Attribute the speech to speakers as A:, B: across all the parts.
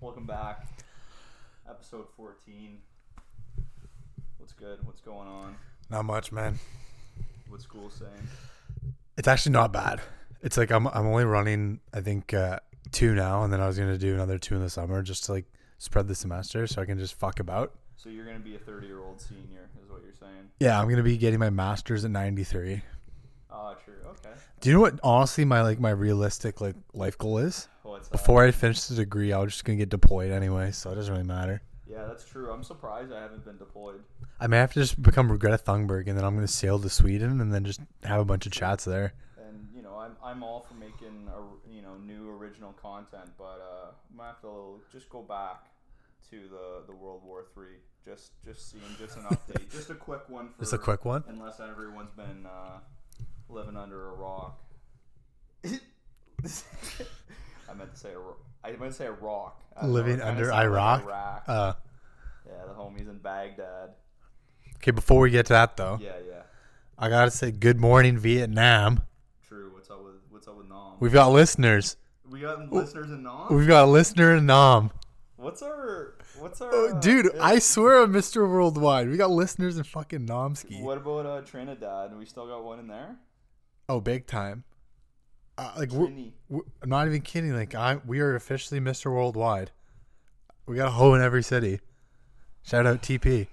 A: Welcome back. Episode 14. What's good? What's going on?
B: Not much, man.
A: What's school saying?
B: It's actually not bad. It's like I'm I'm only running I think uh, two now, and then I was gonna do another two in the summer just to like spread the semester so I can just fuck about.
A: So you're going to be a 30 year old senior, is what you're saying.
B: Yeah, I'm gonna be getting my master's at 93.
A: Ah, true. Okay.
B: Do you know what honestly my like my realistic like life goal is?
A: What's that?
B: Before I finish the degree, I was just gonna get deployed anyway, so it doesn't really matter.
A: Yeah, that's true. I'm surprised I haven't been deployed.
B: I may have to just become Greta Thunberg, and then I'm gonna sail to Sweden and then just have a bunch of chats there.
A: And, you know, I'm, I'm all for making, a, you know, new original content, but uh, I might have to just go back to the, the World War Three. Just, just seeing just an update. just a quick one for
B: It's a quick one.
A: unless everyone's been uh, living under a rock. I meant to say a ro- I meant to say a rock. I don't know,
B: Living
A: it kinda
B: under
A: sounds like
B: Iraq?
A: Iraq.
B: Uh,
A: yeah, the homies in Baghdad.
B: okay, before we get to that though,
A: Yeah, yeah.
B: I gotta say good morning Vietnam.
A: True. What's up with What's up with Nom?
B: We've got listeners.
A: We got listeners in Nom.
B: We've got a listener in Nam.
A: What's our What's our
B: Oh,
A: uh,
B: dude,
A: yeah.
B: I swear I'm Mr. Worldwide. We got listeners in fucking Nomski.
A: What about uh, Trinidad? We still got one in there.
B: Oh, big time. Uh, like we're,
A: Trini.
B: we're, I'm not even kidding. Like I, we are officially Mr. Worldwide. We got a hoe in every city. Shout out TP.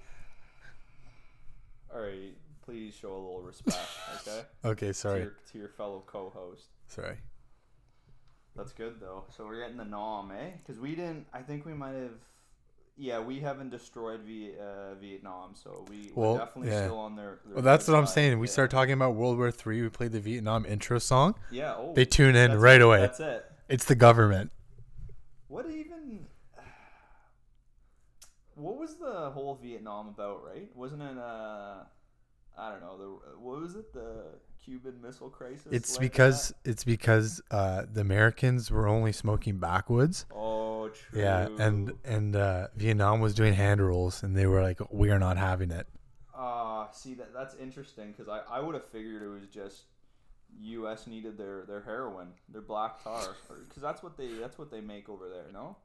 A: All right, please show a little respect, okay?
B: Okay,
A: to,
B: sorry,
A: your, to your fellow co-host.
B: sorry.
A: That's good though. So we're getting the nom, eh? Because we didn't. I think we might have. Yeah, we haven't destroyed v, uh, Vietnam, so we, we're
B: Well,
A: definitely
B: yeah.
A: still on their. their
B: Well, that's
A: good
B: what I'm
A: side,
B: saying. We
A: yeah.
B: start talking about World War Three. We play the Vietnam intro song.
A: Yeah. Oh,
B: They tune in
A: that's-
B: right away.
A: That's it.
B: It's the government.
A: What even? What was the whole Vietnam about? Right? Wasn't it? Uh, I don't know. The what was it? The Cuban Missile Crisis.
B: It's
A: like that?
B: because it's because uh, the Americans were only smoking backwoods.
A: Oh, true.
B: Yeah, and and uh, Vietnam was doing hand rolls, and they were like, "We are not having it."
A: Ah, see that that's interesting because I, I would have figured it was just U.S. needed their, their heroin, their black tar, because that's what they that's what they make over there, no?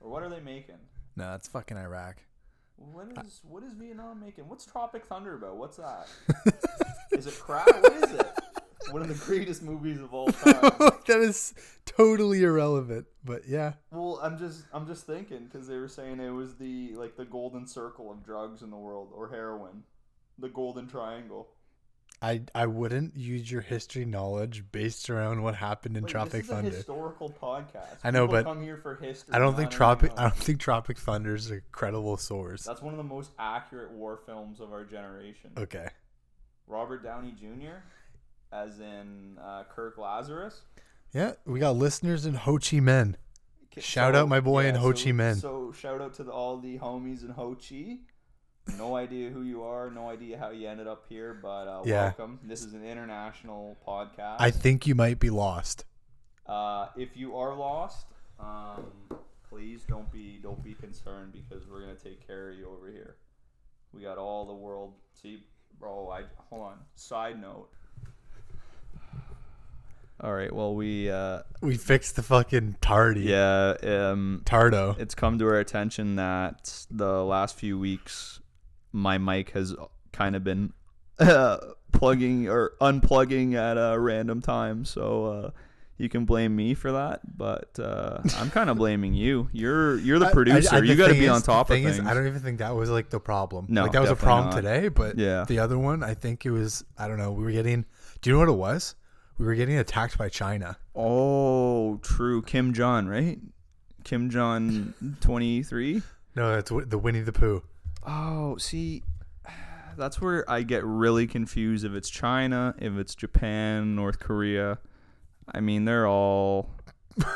A: Or what are they making?
B: No, it's fucking Iraq.
A: What is what is Vietnam making? What's Tropic Thunder about? What's that? Is it crap? What is it? One of the greatest movies of all time.
B: that is totally irrelevant, but yeah,
A: Well, I'm just I'm just thinking because they were saying it was the like the golden circle of drugs in the world or heroin, the golden triangle.
B: I I wouldn't use your history knowledge based around what happened in
A: Wait,
B: Tropic
A: this is a
B: Thunder.
A: historical podcast.
B: I know,
A: People
B: but
A: come here for history.
B: I don't
A: not
B: think
A: anything
B: Tropic I
A: else.
B: don't think Tropic Thunder is a credible source.
A: That's one of the most accurate war films of our generation.
B: Okay,
A: Robert Downey Jr. as in uh, Kirk Lazarus.
B: yeah, we got listeners in Ho Chi Minh.
A: K-
B: Shout out my boy in Ho
A: so-
B: Chi Minh.
A: So shout out to the, all the homies in Ho Chi. No idea who you are. No idea how you ended up here, but uh,
B: Yeah.
A: welcome. This is an international podcast.
B: I think you might be lost.
A: Uh, if you are lost, um, please don't be don't be concerned because we're gonna take care of you over here. We got all the world. See, bro. I hold on. Side note. All right. Well, we uh,
B: We fixed the fucking tardy.
A: yeah. Um,
B: Tardo.
A: it's come to our attention that the last few weeks, my mic has kind of been uh, plugging or unplugging at a random time. So uh, you can blame me for that, but uh, I'm kind of blaming you. You're you're the
B: I- I-
A: producer.
B: I-
A: you got to
B: thing
A: be
B: is-
A: on top
B: the
A: of
B: thing
A: things.
B: Is, I don't even think that was like the problem.
A: No,
B: like that was a
A: definitely
B: problem
A: not.
B: today, but
A: Yeah.
B: the other one, I think it was. I don't know. We were getting. Do you know what it was? We were getting attacked by China.
A: oh, true. Kim Jong, right? Kim Jong 23.
B: No, that's Wi- the Winnie the Pooh.
A: Oh, see, that's where I get really confused if it's China, if it's Japan, North Korea. I mean, they're all.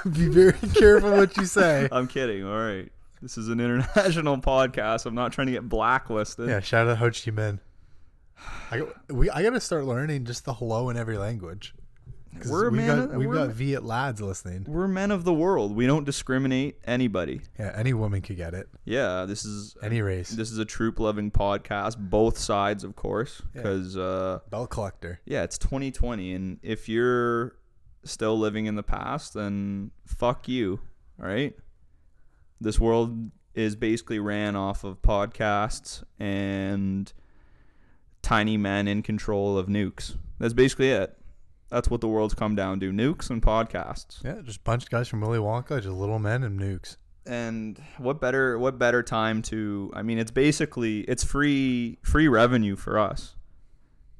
B: Be very careful what you say.
A: I'm kidding. All right. This is an international podcast. I'm not trying to get blacklisted.
B: Yeah, shout out Ho Chi Minh. I got- we I gotta start learning just the hello in every language. 'Cause
A: We're a
B: we've
A: man-
B: got, we've
A: we're a-
B: got Viet lads listening.
A: We're men of the world. We don't discriminate anybody.
B: Yeah, any woman could get it,
A: Yeah, this is
B: any race.
A: this is a troop loving podcast. Both sides, of course, because uh,
B: Bell collector.
A: yeah, it's 2020, and if you're still living in the past, then fuck you. All right. This world is basically ran off of podcasts and tiny men in control of nukes. That's basically it. That's what the world's come down to: nukes and podcasts.
B: Yeah, just bunch of guys from Willy Wonka, just little men and nukes.
A: And what better what better time to? I mean, it's basically it's free free revenue for us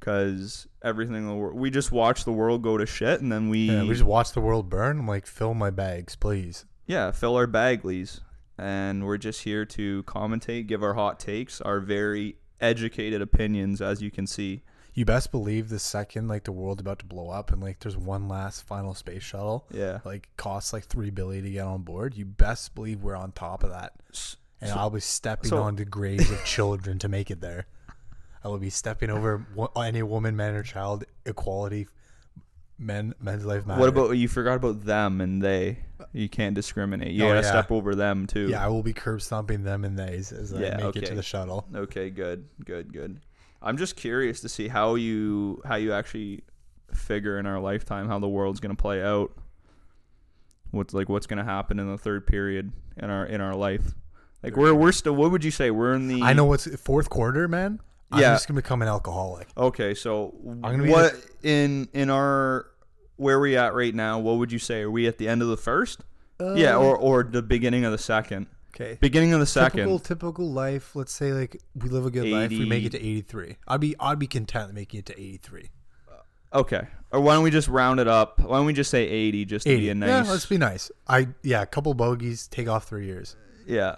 A: because everything in the world we just watch the world go to shit, and then we
B: Yeah, we just watch the world burn. I'm like, fill my bags, please.
A: yeah, fill our Bagleys. And we're just here to commentate, give our hot takes, our very educated opinions, as you can see.
B: You best believe the second like the world's about to blow up and like there's one last final space shuttle,
A: Yeah.
B: like costs like three billion to get on board. You best believe we're on top of that. And I'll be stepping
A: so-
B: on the graves of children to make it there. I will be stepping over wo- any woman, man, or child equality. Men, men's life matter.
A: What about you forgot about them and they? You can't discriminate. You
B: Oh,
A: gotta
B: yeah.
A: step over them too.
B: Yeah, I will be curb stomping them in these as I
A: Yeah,
B: make it
A: okay.
B: to the shuttle.
A: Okay, good, good, good. I'm just curious to see how you how you actually figure in our lifetime how the world's gonna play out. What's like what's gonna happen in the third period in our in our life? Like we're we're still what would you say? We're in the
B: I know what's fourth quarter, man. I'm
A: Yeah.
B: just gonna become an alcoholic.
A: Okay, so
B: gonna be
A: what in in our where we at right now? What would you say? Are we at the end of the first?
B: Uh,
A: yeah, or or the beginning of the second?
B: Okay.
A: Beginning of the
B: Typical,
A: second.
B: typical life. Let's say like we live a good life. We make it to 83. I'd be, I'd be content making it to 83.
A: Okay, or why don't we just round it up? Why don't we just say eighty? Just to
B: 80.
A: be a nice.
B: Yeah, let's be nice. I, yeah, a couple bogeys, take off three years.
A: yeah.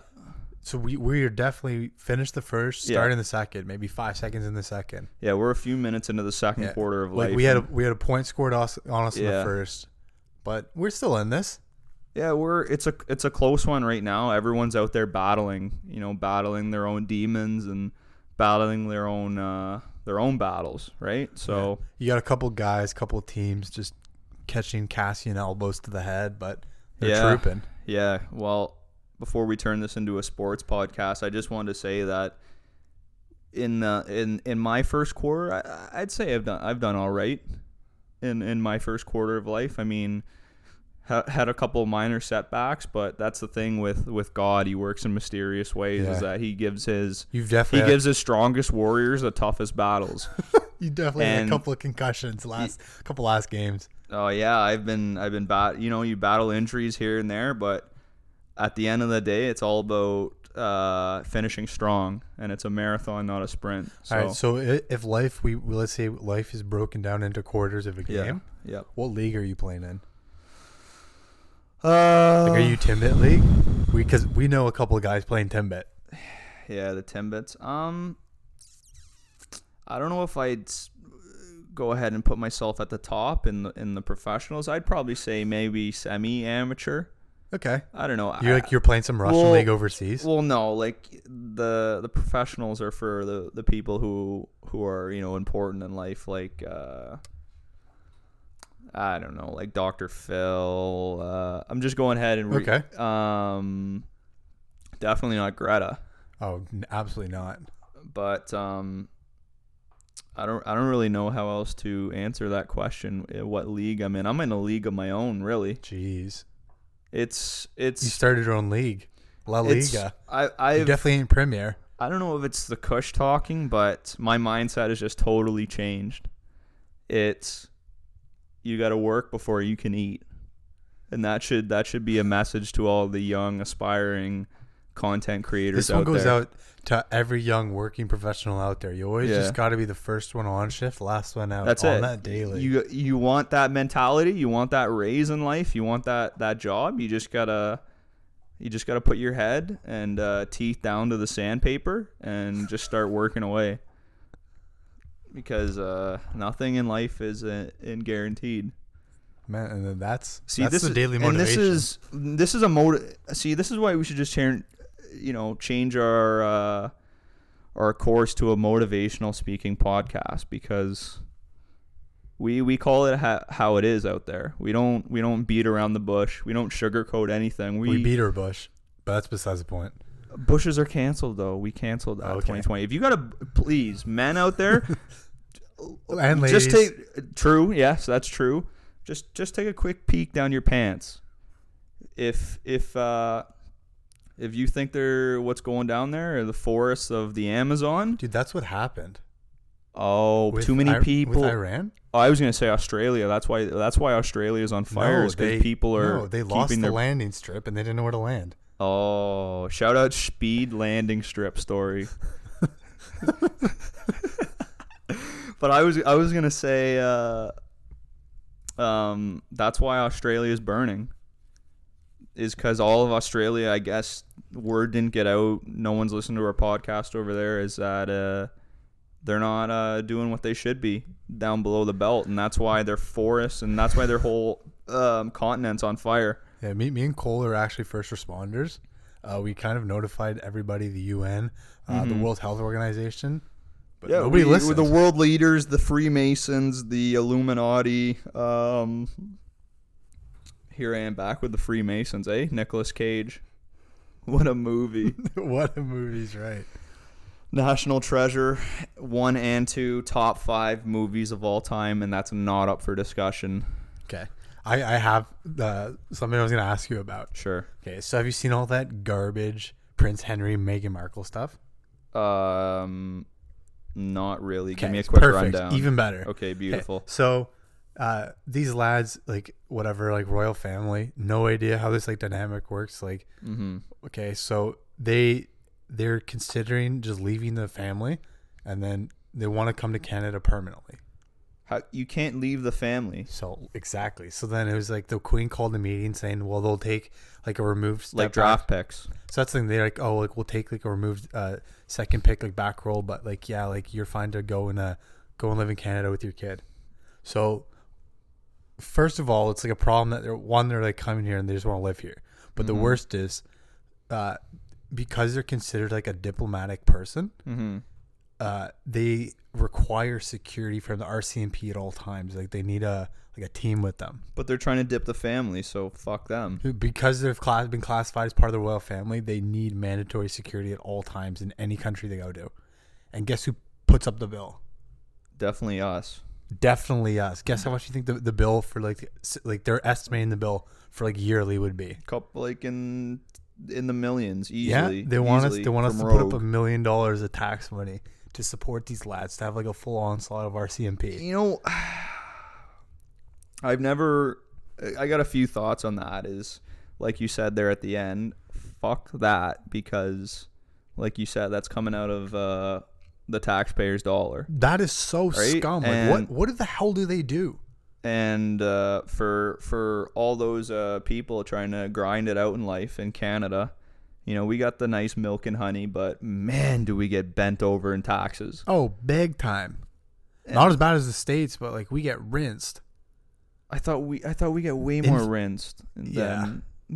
B: So we, we are definitely finished the first,
A: Yeah.
B: starting the second, maybe five seconds in the second.
A: Yeah, we're a few minutes into the second
B: Yeah.
A: quarter of
B: Like
A: life.
B: we had, a, we had a point scored us- on us in the
A: Yeah.
B: first, but we're still in this.
A: yeah, we're it's a it's a close one right now. Everyone's out there battling, you know, battling their own demons and battling their own uh, their own battles, right? So
B: You got a couple guys, couple teams just catching Cassian elbows to the head, but they're
A: Yeah.
B: trooping.
A: Yeah. Well, before we turn this into a sports podcast, I just wanted to say that in uh, in in my first quarter, I, I'd say I've done I've done all right in in my first quarter of life. I mean, ha- had a couple minor setbacks, but that's the thing with with God. He works in mysterious ways.
B: Yeah.
A: Is that He gives His
B: You've
A: He
B: definitely
A: gives His strongest warriors the toughest battles.
B: you definitely had a
A: and-
B: couple of concussions last couple last games.
A: Oh yeah, I've been I've been bat. You know, you battle injuries here and there, but at the end of the day, it's all about uh, finishing strong, and it's a marathon, not a sprint. So,
B: All right, so i- if life we we- let's say life is broken down into quarters of a
A: yeah,
B: game,
A: yep.
B: what league are you playing in?
A: Uh,
B: Like, are you Timbit league? Because we, know a couple of guys playing Timbit.
A: yeah, the timbits. Um, I don't know if I'd s- go ahead and put myself at the top in the in the professionals. I'd probably say maybe semi amateur.
B: Okay,
A: I don't know.
B: you're
A: I-
B: like you're playing some Russian
A: Well-
B: league overseas.
A: Well, no, like the the professionals are for the the people who who are you know important in life, like uh, I don't know, like Doctor Phil. Uh, I'm just going ahead and re-
B: Okay.
A: Um, definitely not Greta,
B: oh, n- absolutely not.
A: but um, I don't I don't really know how else to answer that question. eh, What league I'm in? I'm in a league of my own, really.
B: Jeez,
A: It's
B: you
A: it's
B: started your own league, La
A: it's
B: Liga.
A: I
B: You
A: I've
B: definitely ain't Premier.
A: I don't know if it's the Kush talking, but my mindset has just totally changed. It's you got to work before you can eat, and that should that should be a message to all the young aspiring content creators.
B: This one
A: out
B: goes
A: there.
B: out to every young working professional out there. You always
A: Yeah.
B: just got to be the first one on shift, last one out
A: That's
B: on
A: it.
B: that daily.
A: You you want that mentality. You want that raise in life. You want that that job. You just gotta. You just got to put your head and uh, teeth down to the sandpaper and just start working away. Because uh, nothing in life is uh, in guaranteed.
B: Man, and then that's
A: See,
B: that's
A: this
B: the
A: is,
B: daily
A: and this
B: motivation.
A: is this is a motive. See, this is why we should just change, you know, change our uh, our course to a motivational speaking podcast because we we call it ha- how it is out there. We don't we don't beat around the bush. We don't sugarcoat anything. We,
B: we, beat her bush, but that's besides the point.
A: bushes are canceled though. We canceled that
B: Okay.
A: 2020. If you got to please men out there,
B: And ladies,
A: just take true yes that's true just just take a quick peek down your pants if if uh If you think they're what's going down there, or the forests of the Amazon,
B: Dude, that's what happened.
A: oh,
B: with
A: too many
B: Ir-
A: people.
B: With Iran?
A: Oh, I was gonna say Australia. That's why. That's why Australia's on fire. is because people are
B: no, they lost
A: keeping
B: the
A: their.
B: landing strip and they didn't know where to land.
A: oh, shout out speed landing strip story. but I was I was gonna say, uh, um, that's why Australia is burning. Is because all of Australia, I guess, word didn't get out. No one's listening to our podcast over there. Is that uh, they're not uh, doing what they should be down below the belt, and that's why their forests and that's why their whole um, continent's on fire.
B: Yeah, me, me and Cole are actually first responders. Uh, we kind of notified everybody, the UN, uh, the World Health Organization, but nobody
A: Mm-hmm. we-
B: listened.
A: The world leaders, the Freemasons, the Illuminati. Um, here I am back with the Freemasons, eh? Nicolas Cage. What a movie.
B: what a movie's right.
A: National Treasure, one and two, top five movies of all time, and that's not up for discussion.
B: Okay, I, I have uh, something I was going to ask you about.
A: Sure.
B: Okay, so have you seen all that garbage Prince Henry, Meghan Markle stuff?
A: Um, not really. Give
B: Okay,
A: me a
B: it's
A: quick
B: perfect,
A: rundown.
B: Even better.
A: okay, beautiful.
B: Eh, So uh, these lads, like whatever, like royal family, no idea how this like dynamic works. Like,
A: Mm-hmm.
B: okay, so they they're considering just leaving the family, and then they want to come to Canada permanently.
A: How, you can't leave the family.
B: So exactly. So then it was like the queen called a meeting saying, well, they'll take like a removed step
A: Like
B: back.
A: draft picks.
B: So that's the thing. They're like, oh, like we'll take like a removed uh, second pick, like back roll, but like yeah, like you're fine to go and uh, go and live in Canada with your kid. So first of all, it's like a problem that they're one they're like coming here and they just want to live here. But the worst is uh, because they're considered like a diplomatic person,
A: Mm-hmm.
B: uh, they require security from the RCMP at all times. Like they need a like a team with them
A: But they're trying to dip the family, so fuck them.
B: who, because they've class, been classified as part of the royal family, they need mandatory security at all times in any country they go to. And guess who puts up the bill?
A: Definitely us.
B: Definitely us. Guess how much you think the, the bill for like s- like they're estimating the bill for like yearly would be?
A: Couple like in in the millions easily.
B: yeah, they want us.
A: easily
B: They want us
A: from
B: to
A: Rogue.
B: put up a million dollars of tax money to support these lads to have like a full onslaught of RCMP.
A: You know, I've never. I got a few thoughts on that. Is like you said there at the end, fuck that because, like you said, that's coming out of uh, the taxpayer's dollar.
B: That is so
A: Right?
B: scum. Like,
A: And-
B: what what the hell do they do?
A: and uh, for for all those uh, people trying to grind it out in life in Canada, you know, we got the nice milk and honey, but man, do we get bent over in taxes.
B: Oh, big time. Not as bad as the states, but like we get rinsed.
A: I thought we I thought we get way more rinsed than
B: Yeah.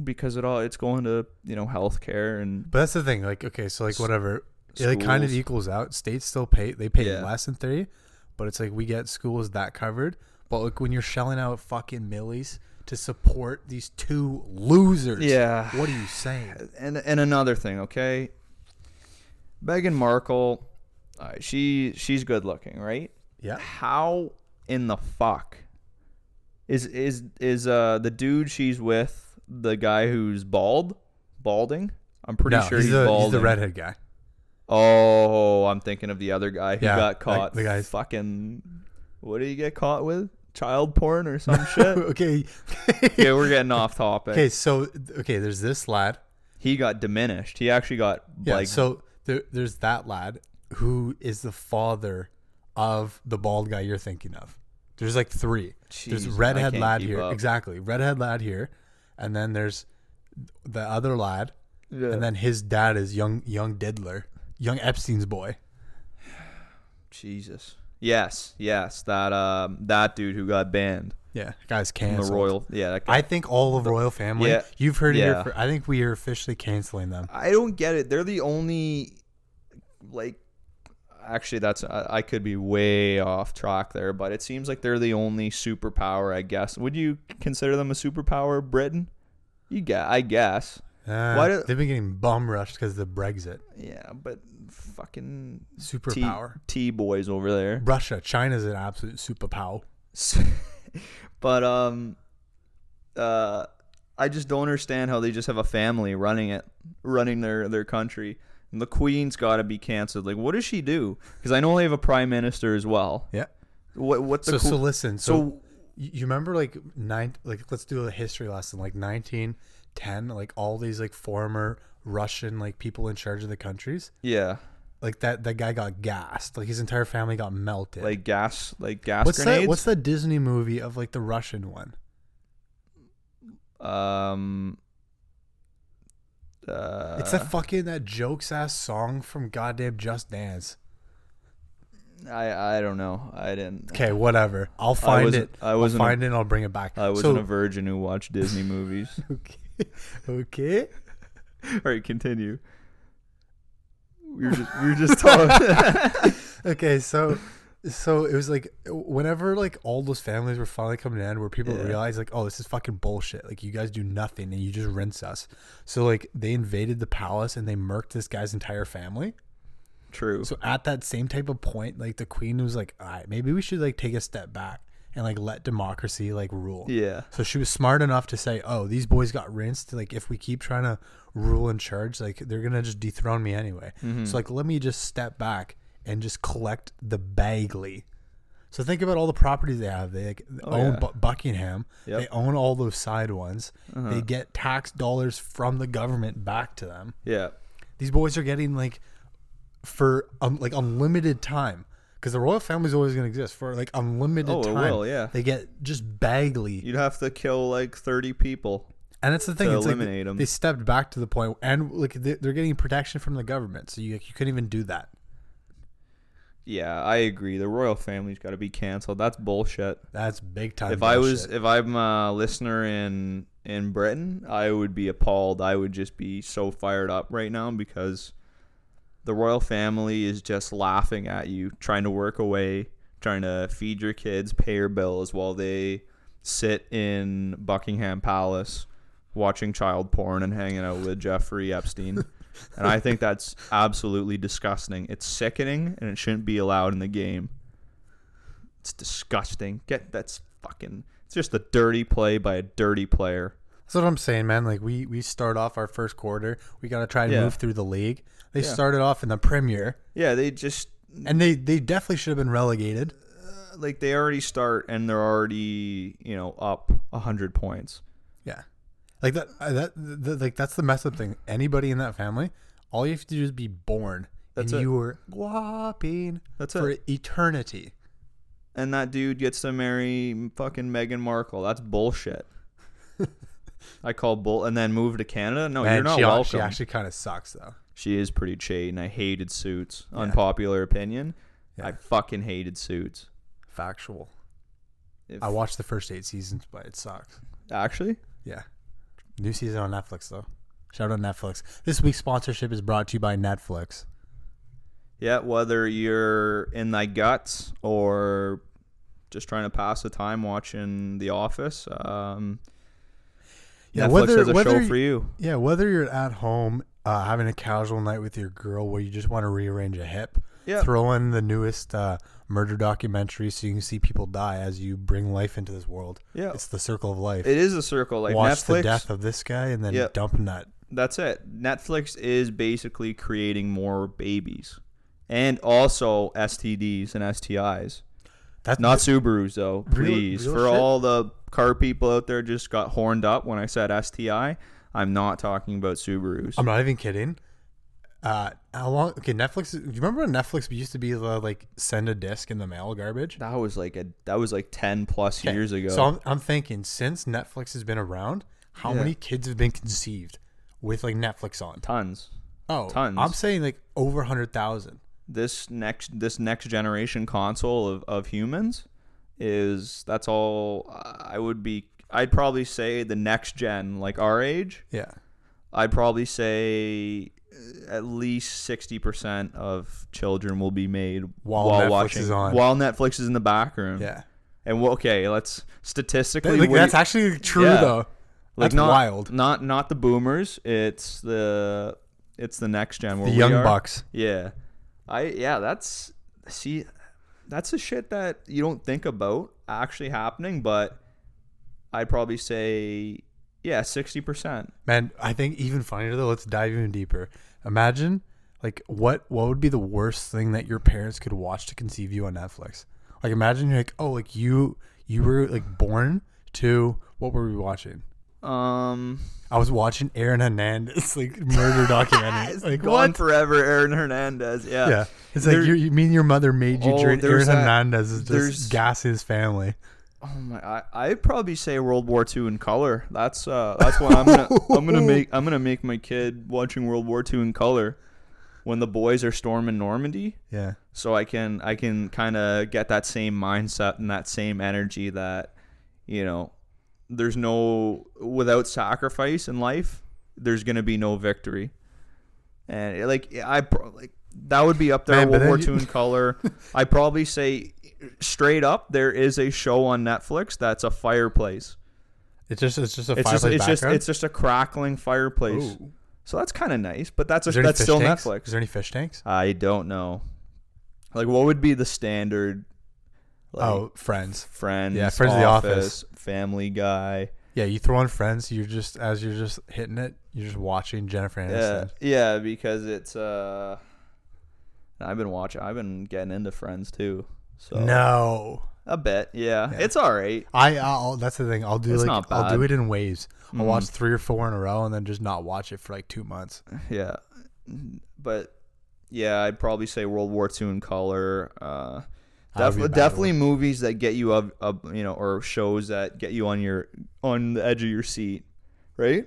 A: because it all it's going to you know healthcare and
B: But that's the thing, like okay, so like whatever, it like kind of
A: schools.
B: equals out. States still pay; they pay
A: Yeah.
B: less than three, but it's like we get schools that covered. But like when you're shelling out fucking millies to support these two losers,
A: Yeah.
B: what are you saying?
A: and and another thing, okay. Meghan Markle, uh, she she's good looking, right?
B: Yeah,
A: how in the fuck is is is uh the dude she's with the guy who's bald balding i'm pretty
B: no,
A: sure
B: he's,
A: he's,
B: the,
A: balding
B: he's the redhead guy.
A: oh i'm thinking of the other guy who
B: Yeah,
A: got caught
B: the- the guy-
A: fucking what did he get caught with child porn or some shit
B: okay,
A: yeah we're getting off topic
B: okay, so okay, there's this lad.
A: he got diminished he actually got
B: Yeah,
A: like
B: so there, there's that lad who is the father of the bald guy you're thinking of. There's like three. there's
A: Jeez, I
B: redhead
A: can't
B: lad
A: keep
B: here,
A: up.
B: exactly. Redhead lad here, and then there's the other lad,
A: Yeah.
B: and then his dad is young young Diddler, young Epstein's boy.
A: jesus yes yes that um that dude who got banned
B: Yeah, guys
A: from
B: canceled.
A: the royal yeah that guy
B: I think all of royal family.
A: Yeah,
B: you've heard it
A: yeah.
B: here. For, I think we are officially canceling them.
A: I don't get it. They're the only, like, actually, that's I, I could be way off track there, but it seems like they're the only superpower. I guess. Would you consider them a superpower, Britain? You get, I guess.
B: Uh,
A: Why do-
B: they've been getting bum rushed because of the Brexit
A: Yeah, but fucking T
B: superpower.
A: T boys over there.
B: Russia, China's an absolute superpower.
A: but um, uh, I just don't understand how they just have a family running it, running their their country. And the queen's got to be canceled. Like, what does she do? Because I know they have a prime minister as well.
B: Yeah.
A: What what the
B: So,
A: cool-
B: so listen. So,
A: so
B: you you remember like nine? Like let's do a history lesson. Like nineteen ten. Like all these like former Russian like people in charge of the countries.
A: yeah,
B: Like that that guy got gassed. Like his entire family got melted.
A: like gas, like gas
B: what's
A: grenades.
B: that? What's that Disney movie of like the Russian one?
A: um, uh,
B: it's that fucking that jokes ass song from goddamn Just Dance.
A: I I don't know. I didn't.
B: Okay, whatever. I'll find
A: wasn't-
B: it.
A: I
B: I will
A: wasn't a-
B: find it. and I'll bring it back.
A: I
B: So-
A: wasn't a virgin who watched Disney movies.
B: okay. okay.
A: All right, continue. We were just we were just talking.
B: Okay, so so it was like whenever like all those families were finally coming in where people
A: Yeah.
B: realized like oh this is fucking bullshit like you guys do nothing and you just rinse us so like they invaded the palace and they murked this guy's entire family
A: True.
B: so at that same type of point like the queen was like all right maybe we should like take a step back and like let democracy like rule
A: yeah.
B: so she was smart enough to say oh these boys got rinsed like if we keep trying to rule and charge like they're gonna just dethrone me anyway
A: Mm-hmm.
B: so like let me just step back and just collect the bagley so think about all the properties they have they like own
A: Oh, yeah.
B: Bu- buckingham
A: Yep. Uh-huh.
B: they own all those side ones they get tax dollars from the government back to them
A: Yeah.
B: these boys are getting like for um, like unlimited time because the royal family's always going to exist for like unlimited
A: Oh, it
B: time
A: will, yeah.
B: they get just bagley
A: You'd have to kill like 30 people.
B: and that's the thing.
A: to
B: it's like
A: eliminate 'em.
B: They stepped back to the point, and like they- they're getting protection from the government, so you you couldn't even do that.
A: Yeah, I agree. The royal family's got to be canceled. That's bullshit.
B: That's big time.
A: If I was
B: bullshit.
A: if I'm a listener in in Britain, I would be appalled. I would just be so fired up right now because the royal family is just laughing at you, trying to work away, trying to feed your kids, pay your bills while they sit in Buckingham Palace watching child porn and hanging out with Jeffrey Epstein. and I think that's absolutely disgusting. It's sickening and it shouldn't be allowed in the game. It's disgusting. Get that's fucking it's just a dirty play by a dirty player.
B: that's what I'm saying, man. Like we we start off our first quarter, we got to try and
A: Yeah.
B: move through the league. They
A: Yeah.
B: started off in the Premier,
A: Yeah, they just
B: and they they definitely should have been relegated.
A: like they already start and they're already, you know, up 100 points.
B: Yeah, like that uh, that th- like that's the mess up thing. Anybody in that family, all you have to do is be born,
A: That's
B: and
A: it.
B: you were guaping
A: That's
B: for
A: it.
B: eternity.
A: And that dude gets to marry fucking Meghan Markle. That's bullshit. I call bull and then move to Canada. No, you're
B: Man,
A: not
B: she,
A: welcome.
B: She actually kind of sucks though.
A: She is pretty shady, and I hated Suits. Unpopular opinion. I fucking hated Suits.
B: Factual.
A: If,
B: I watched the first eight seasons, but it sucks.
A: actually,
B: Yeah. New season on Netflix though. Shout out Netflix. This week's sponsorship is brought to you by Netflix.
A: yeah. Whether you're in thy guts or just trying to pass the time watching The Office, um,
B: Yeah,
A: Netflix
B: whether-
A: has a
B: whether
A: show for you.
B: Yeah, whether you're at home uh, having a casual night with your girl where you just want to rearrange a hip,
A: Yeah.
B: throw in the newest uh, murder documentary so you can see people die as you bring life into this world.
A: Yeah.
B: It's the circle of life.
A: It is a circle like
B: Watch
A: Netflix.
B: the death of this guy and then
A: Yeah.
B: dump nut.
A: That's it. Netflix is basically creating more babies and also STDs and STIs.
B: That's
A: Not Subarus though,
B: Real-
A: please.
B: real
A: For
B: shit?
A: all the car people out there just got horned up when I said STI, I'm not talking about Subarus.
B: I'm not even kidding. Uh, how long? Okay, Netflix. Do you remember when Netflix used to be the like send a disc in the mail garbage?
A: that was like a that was like 10 plus
B: Okay,
A: years ago.
B: So I'm, I'm thinking since Netflix has been around, how
A: Yeah.
B: many kids have been conceived with like Netflix on?
A: Tons.
B: Oh,
A: tons.
B: I'm saying like over a hundred thousand.
A: This next this next generation console of of humans is that's all I would be I'd probably say the next gen like our age
B: Yeah.
A: I'd probably say uh, at least 60% of children will be made
B: While
A: while,
B: Netflix
A: watching
B: is on.
A: while Netflix is in the back room.
B: Yeah.
A: And well, okay, let's statistically
B: That- like,
A: what do
B: that's
A: you-
B: actually true
A: Yeah.
B: though.
A: like,
B: that's
A: not,
B: wild.
A: Not not the boomers, it's the it's the next gen where
B: The
A: we
B: young
A: are.
B: bucks.
A: Yeah. I yeah, that's see that's the shit that you don't think about actually happening, but I'd probably say Yeah, sixty percent.
B: Man, I think even funnier though, let's dive even deeper. Imagine like what what would be the worst thing that your parents could watch to conceive you on Netflix? Like imagine you're like, oh like you you were like born to what were we watching?
A: Um,
B: I was watching Aaron Hernandez like murder documentary. like
A: gone
B: what?
A: forever, Aaron Hernandez. Yeah.
B: Yeah, it's like
A: There-
B: you you mean your mother made you
A: Oh,
B: drink Aaron
A: there's that-
B: Hernandez is
A: there's-
B: just gassing his family.
A: Oh my! I I'd probably say World War II in color. That's uh that's why I'm gonna I'm gonna make I'm gonna make my kid watching World War II in color when the boys are storming Normandy.
B: Yeah,
A: so I can I can kind of get that same mindset and that same energy that you know there's no without sacrifice in life there's going to be no victory and eh, like I pro- like that would be up there
B: Man, but
A: World War
B: then you-
A: II in color I probably say straight up there is a show on Netflix that's a fireplace
B: it's just it's just a
A: it's just
B: fireplace
A: it's just
B: background.
A: it's just a crackling fireplace
B: Ooh.
A: so that's kind of nice but that's a,
B: Is there any
A: that's
B: fish
A: still
B: tanks?
A: Netflix
B: Is there any fish tanks?
A: I don't know. Like, what would be the standard? Like,
B: oh, friends.
A: Friends,
B: yeah, Friends of the Office.
A: Family Guy.
B: Yeah, you throw on Friends. You're just as you're just hitting it. You're just watching Jennifer
A: Yeah,
B: Aniston.
A: yeah, because it's uh, I've been watching. I've been getting into Friends too. So
B: No,
A: a bit. Yeah, it's all right.
B: I. I'll, that's the thing. I'll do
A: It's
B: like
A: not
B: I'll do
A: bad.
B: it in waves.
A: Mm-hmm.
B: I'll watch three or four in a row and then just not watch it for like two months.
A: Yeah, but yeah, I'd probably say World War II in color. Uh,
B: That would
A: def-
B: be a bad
A: definitely movies that get you up, up, you know, or shows that get you on your on the edge of your seat, right?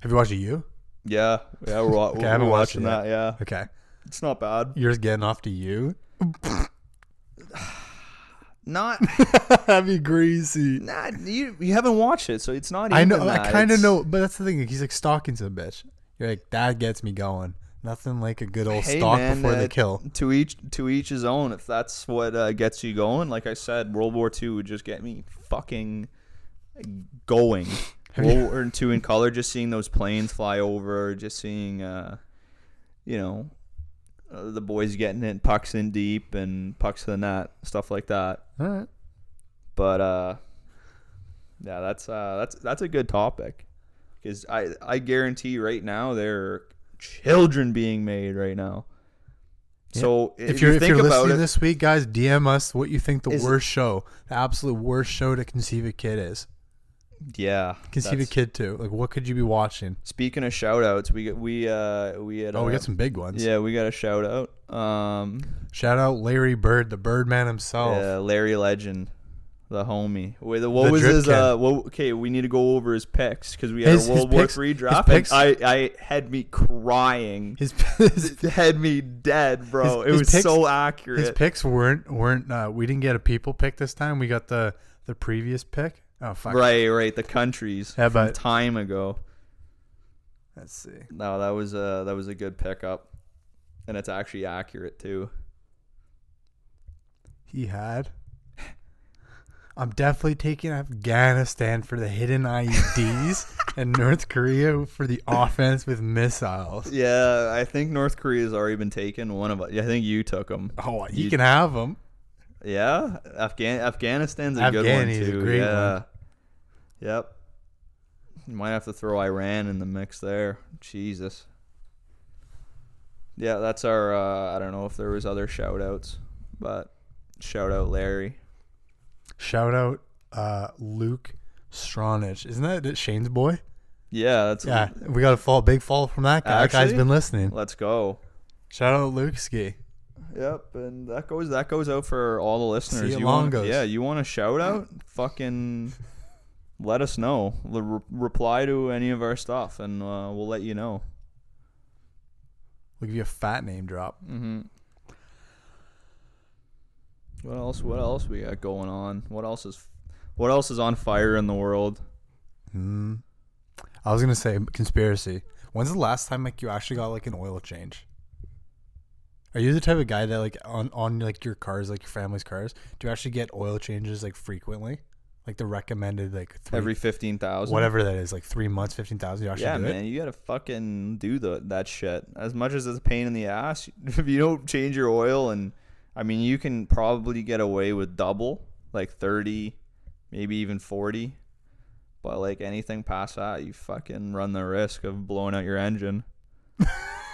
B: Have you watched You?
A: Yeah, yeah, we're, wa-
B: I
A: we're
B: haven't watched
A: watching
B: it yet.
A: that. Yeah,
B: Okay,
A: it's not bad.
B: you're just getting off to You.
A: Not,
B: That'd be greasy.
A: nah, you you haven't watched it, so it's not. Even
B: I know.
A: That.
B: I kind of
A: It's-
B: know, but that's the thing. He's like stalking some bitch. You're like that gets me going. Nothing like a good old
A: Hey,
B: stalk
A: man,
B: before the
A: uh,
B: kill.
A: To each to each his own. If that's what uh, gets you going, like I said, World War II would just get me fucking going. World War II in color, just seeing those planes fly over, just seeing, uh, you know, uh, the boys getting in pucks in deep and pucks to the net, stuff like that.
B: All right.
A: but uh yeah that's uh that's that's a good topic because i i guarantee right now there are children being made right now so
B: if you're
A: you
B: if
A: think
B: you're
A: about
B: listening
A: it
B: this week, guys, DM us what you think the
A: Is-
B: worst show, the absolute worst show to conceive a kid is.
A: yeah
B: Conceive a
A: that's-
B: kid too. Like, what could you be watching?
A: speaking of shout outs we got we uh we had
B: Oh, we
A: uh,
B: got some big ones.
A: yeah we got a shout out um
B: Shout out Larry Bird, the Birdman himself.
A: yeah, larry legend the homie. Wait, the- what
B: Oh. The
A: was
B: drip
A: his?
B: kid.
A: Uh, what, okay, we need to go over his picks because we had
B: His-
A: a
B: his
A: World War
B: picks-
A: Three
B: his
A: draft. and
B: picks-
A: I, I had me crying.
B: His his,
A: had me dead, bro.
B: His- his
A: it was
B: picks-
A: so
B: his
A: accurate.
B: picks weren't weren't. Uh, we didn't get a people pick this time. We got the the previous pick. Oh fuck.
A: Right, right. The countries
B: Yeah,
A: from
B: but-
A: time ago.
B: Let's see.
A: No, that was a that was a good pickup, and it's actually accurate too.
B: He had. I'm definitely taking Afghanistan for the hidden IEDs and North Korea for the offense with missiles.
A: Yeah, I think North Korea's already been taken. One of us. Yeah, I think you took them.
B: Oh, he
A: You-
B: can have them.
A: Yeah, Afghan Afghanistan's a
B: Afghani is a
A: good one too.
B: great
A: yeah. Yep. You might have to throw Iran in the mix there. Jesus. Yeah, that's our. Uh, I don't know if there was other shout outs, but shout out Larry.
B: Shout out uh, Luke Stronich. Isn't that Shane's boy?
A: Yeah, that's
B: Yeah, we got a fall, big fall from that guy. that guy's
A: Actually-
B: been listening.
A: Let's go.
B: Shout out Luke Ski.
A: Yep, and that goes that goes out for all the listeners.
B: ya
A: you want,
B: longos.
A: yeah, you want a shout out? Fucking let us know. Le- re- reply to any of our stuff, and uh, we'll let you know.
B: We'll give you a fat name drop.
A: Mm-hmm. What else? What else we got going on? What else is? What else is on fire in the world?
B: Mm. I was gonna say conspiracy. When's the last time like you actually got like an oil change? Are you the type of guy that like on on like your cars, like your family's cars, do you actually get oil changes like frequently? Like the recommended like three,
A: Every fifteen thousand.
B: whatever that is, like three months, fifteen thousand. You actually
A: Yeah,
B: do
A: man,
B: it.
A: you gotta fucking do the that shit. As much as it's a pain in the ass, if you don't change your oil, and I mean, you can probably get away with double, like thirty, maybe even forty. But like anything past that, you fucking run the risk of blowing out your engine.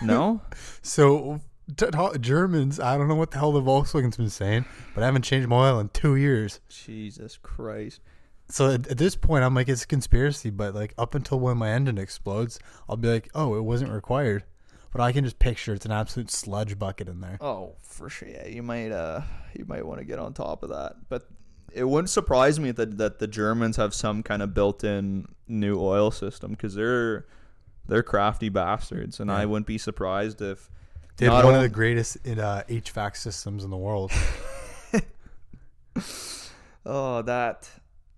A: no?
B: So t- t- Germans, I don't know what the hell the Volkswagen's been saying, but I haven't changed my oil in two years.
A: Jesus Christ.
B: So at, at this point, I'm like, it's a conspiracy. But like up until when my engine explodes, I'll be like, oh, it wasn't required. But I can just picture it's an absolute sludge bucket in there.
A: Oh, for sure. Yeah, you might uh you might want to get on top of that. But it wouldn't surprise me that that the Germans have some kind of built-in new oil system cuz they're they're crafty bastards and I
B: Yeah.
A: wouldn't be surprised if
B: They have
A: not
B: one of
A: only-
B: the greatest in, uh, HVAC systems in the world.
A: Oh, that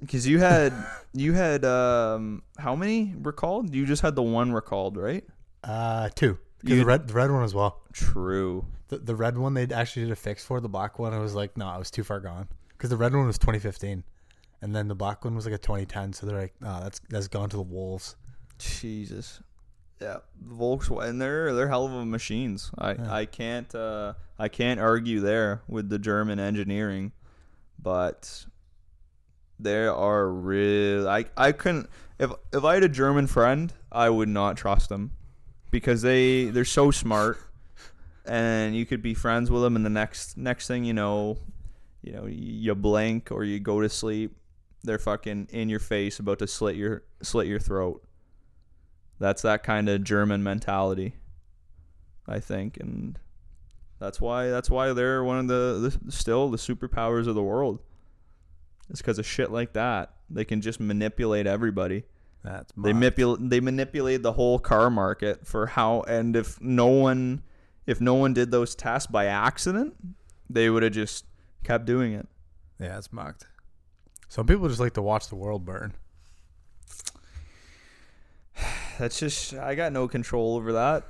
A: because you had you had um how many recalled? You just had the one recalled, right?
B: Uh, two. 'Cause
A: You-
B: the red, the red one as well.
A: True.
B: The, the red one they actually did a fix for. The black one, I was like, no, it was too far gone. Because the red one was 2015, and then the black one was like a 2010. So they're like, no, that's that's gone to the wolves.
A: Jesus. Yeah, Volkswagen. They're they're hell of a machines. I I can't uh I can't argue there with the German engineering, but there are real. I I couldn't if if I had a German friend, I would not trust them because they they're so smart, and you could be friends with them, and the next next thing you know, you know you blink or you go to sleep, they're fucking in your face about to slit your slit your throat. That's that kind of German mentality, I think, and that's why that's why they're one of the, the still the superpowers of the world. It's because of shit like that. They can just manipulate everybody.
B: That's
A: They
B: mine.
A: manipulate they manipulate the whole car market for how and if no one if no one did those tests by accident, they would have just kept doing it.
B: Yeah, it's mocked. Some people just like to watch the world burn.
A: That's just I got no control over that.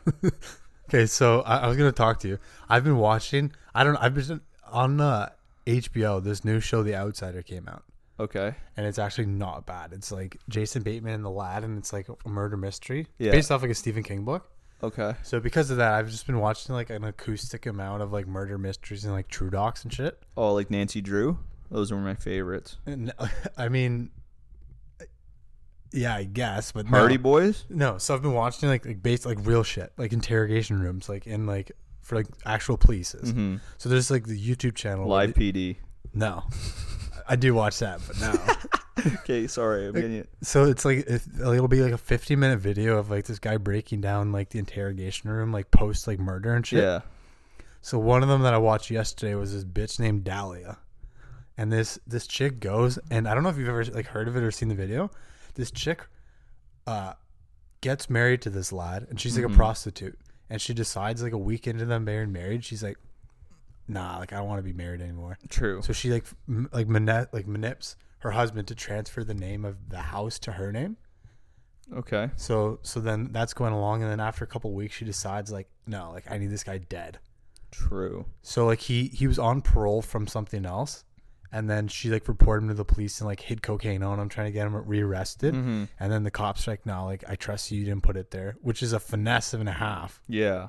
B: Okay, so I, I was gonna talk to you. I've been watching. I don't. I've been on uh, HBO. This new show, The Outsider, came out,
A: Okay.
B: and it's actually not bad. It's like Jason Bateman and the lad, and it's like a murder mystery
A: Yeah.
B: based off like a Stephen King book.
A: Okay.
B: So because of that, I've just been watching like an acoustic amount of like murder mysteries and like True Docs and shit.
A: Oh, like Nancy Drew? Those were my favorites.
B: And I mean, yeah, I guess, but no.
A: Hardy Boys?
B: No, so I've been watching like like based like real shit, like interrogation rooms, like in like for like actual polices.
A: Mhm.
B: So there's like the YouTube channel. where
A: Live PD.
B: they- No, I do watch that, but no.
A: Okay, sorry. I'm getting it.
B: so it's like if, it'll be like a 50 minute video of like this guy breaking down like the interrogation room, like post like murder and shit.
A: Yeah.
B: So one of them that I watched yesterday was this bitch named Dahlia, and this this chick goes and I don't know if you've ever like heard of it or seen the video. This chick, uh, gets married to this lad, and she's like a prostitute, and she decides like a week into them being married, she's like, nah, like I don't want to be married anymore.
A: True.
B: So she like m- like mani- like manips her husband to transfer the name of the house to her name.
A: Okay.
B: So so then that's going along, and then after a couple weeks, she decides like no, like I need this guy dead.
A: True.
B: So like he he was on parole from something else, and then she like reported him to the police and like hid cocaine on him, trying to get him rearrested. And then the cops are like, "No, like I trust you, you didn't put it there," which is a finesse and a half.
A: Yeah.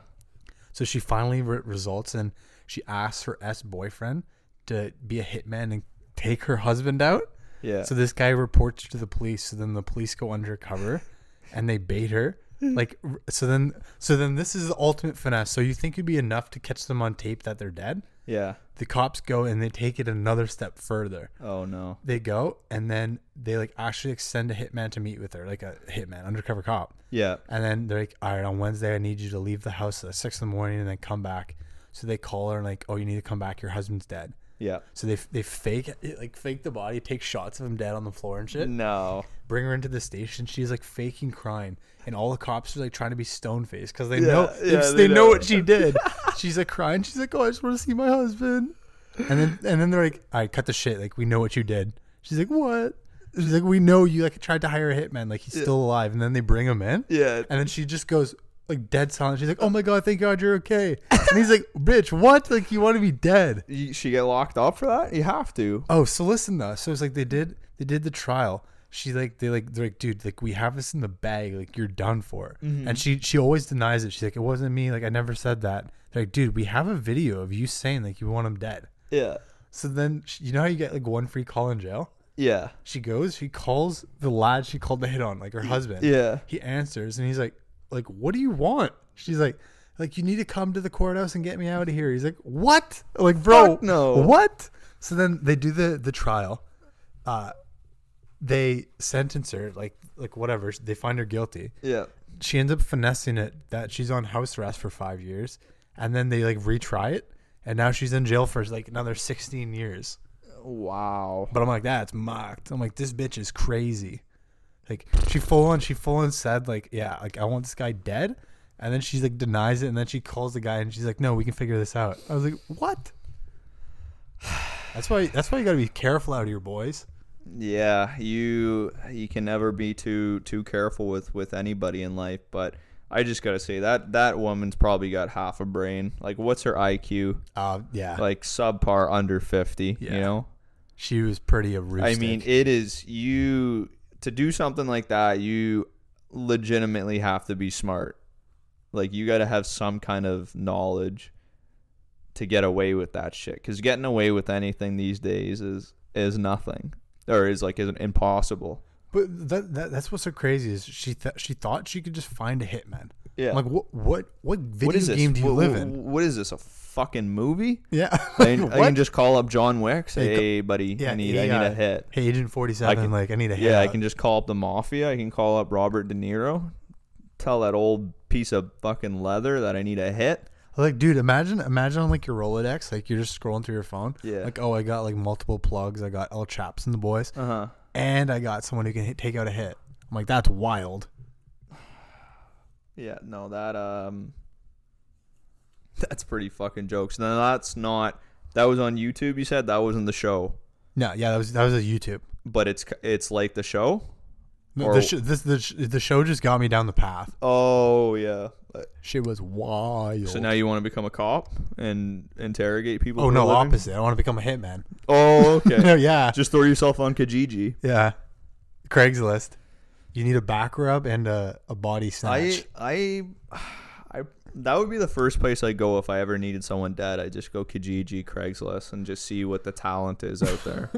B: So she finally re- results in she asks her ex boyfriend to be a hitman and take her husband out.
A: Yeah.
B: So this guy reports to the police. So then the police go undercover, and they bait her. Like r- so then so then this is the ultimate finesse. So you think it'd be enough to catch them on tape that they're dead?
A: yeah.
B: the cops go and they take it another step further.
A: Oh no.
B: They go and then they like actually like, send a hitman to meet with her, like a hitman, undercover cop.
A: Yeah.
B: And then they're like, all right, on Wednesday, I need you to leave the house at six in the morning and then come back. So they call her and like, oh, you need to come back. Your husband's dead.
A: Yeah.
B: So they, they fake like fake the body, take shots of him dead on the floor and shit.
A: No.
B: Bring her into the station. She's like faking crying, and all the cops are like trying to be stone faced because they know
A: Yeah, yeah,
B: it's- they,
A: they
B: know
A: know.
B: what she did. she's like crying. She's like, "Oh, I just want to see my husband." And then and then they're like, "All right, cut the shit. Like we know what you did." She's like, "What?" She's like, "We know you like tried to hire a hitman. Like he's still alive." And then they bring him in.
A: Yeah.
B: And then she just goes like dead silent. She's like, "Oh my god, thank God you're okay." and he's like, "Bitch, what? Like you want to be dead?"
A: You, she get locked up for that? You have to.
B: Oh, so listen though. So it's like they did they did the trial. She like they like they're like, dude, like we have this in the bag, like you're done for. And she she always denies it. She's like, It wasn't me, like I never said that. They're like, dude, we have a video of you saying like you want him dead.
A: Yeah.
B: So then sh- you know how you get like one free call in jail?
A: Yeah.
B: She goes, she calls the lad she called to hit on, like her husband.
A: Yeah.
B: He answers and he's like, like, what do you want? She's like, like you need to come to the courthouse and get me out of here. He's like, what? Like, bro,
A: Fuck no.
B: what? So then they do the the trial. Uh, they sentence her like like whatever. They find her guilty.
A: Yeah.
B: She ends up finessing it that she's on house arrest for five years, and then they like retry it, and now she's in jail for like another sixteen years.
A: Wow.
B: But I'm like, that's mocked. I'm like, this bitch is crazy. Like she full on, she full on said like, yeah, like I want this guy dead, and then she's like denies it, and then she calls the guy and she's like, no, we can figure this out. I was like, what? That's why. That's why you gotta be careful out of your boys.
A: Yeah, you you can never be too too careful with with anybody in life, but I just got to say that that woman's probably got half a brain. Like what's her IQ?
B: Uh, yeah,
A: Like subpar under 50,
B: Yeah.
A: you know?
B: she was pretty a
A: I mean, it is you to do something like that, you legitimately have to be smart. Like you got to have some kind of knowledge to get away with that shit cuz getting away with anything these days is is nothing or is like is impossible.
B: but that, that that's what's so crazy is she th- she thought she could just find a hitman.
A: Yeah.
B: I'm like what what what video
A: what is this?
B: game do you
A: Wh- wh-
B: live in?
A: What is this? A fucking movie?
B: Yeah,
A: I, can-
B: Like,
A: I
B: what?
A: can just call up John Wick. Say,
B: Hey,
A: hey,
B: co-
A: buddy, I need, I
B: he,
A: need
B: uh,
A: a hit.
B: Hey, Agent Forty Seven, like I need a hit.
A: Yeah, I
B: out.
A: can just call up the mafia. I can call up Robert De Niro. Tell that old piece of fucking leather that I need a hit.
B: Like, dude, imagine imagine on like your Rolodex, like you're just scrolling through your phone.
A: Yeah.
B: Like, oh, I got like multiple plugs. I got El Chaps and the boys,
A: Uh huh.
B: and I got someone who can hit, take out a hit. I'm like, that's wild.
A: Yeah, no, that um, that's pretty fucking jokes. No, that's not. That was on YouTube. You said that wasn't the show,
B: No, yeah, that was that was a YouTube.
A: but it's c- it's like the show.
B: No,
A: Or-
B: the, sh- this, the, sh- the show just got me down the path.
A: Oh yeah.
B: Shit was wild.
A: So now you want to become a cop and interrogate people?
B: oh
A: for a
B: no,
A: living?
B: opposite. I want to become a hitman.
A: Oh, okay.
B: No, yeah,
A: Just throw yourself on Kijiji.
B: yeah. Craigslist. You need a back rub and a, a body snatch.
A: I, I, I, that would be the first place I go if I ever needed someone dead. I just go Kijiji, Craigslist, and just see what the talent is out there.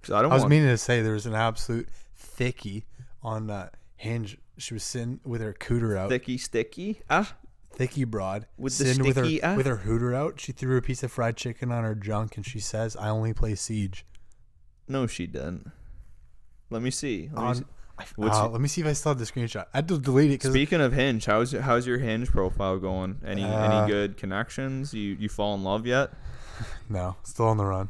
A: 'Cause I don't
B: I was
A: want.
B: meaning to say there was an absolute thickie on uh, Hinge. She was sitting with her cooter out,
A: Sticky, sticky. Ah,
B: thicky broad,
A: With the
B: sitting with her
A: sticky, uh?
B: with her hooter out. She threw a piece of fried chicken on her junk, and she says, "I only play Siege."
A: no, she didn't. Let me see. Let me
B: On,
A: see.
B: I-
A: What's
B: uh,
A: it-
B: let me see if I still have the screenshot. I had to delete it because
A: Speaking of Hinge, how's how's your Hinge profile going? Any
B: Uh,
A: any good connections? You you fall in love yet?
B: no, still on the run.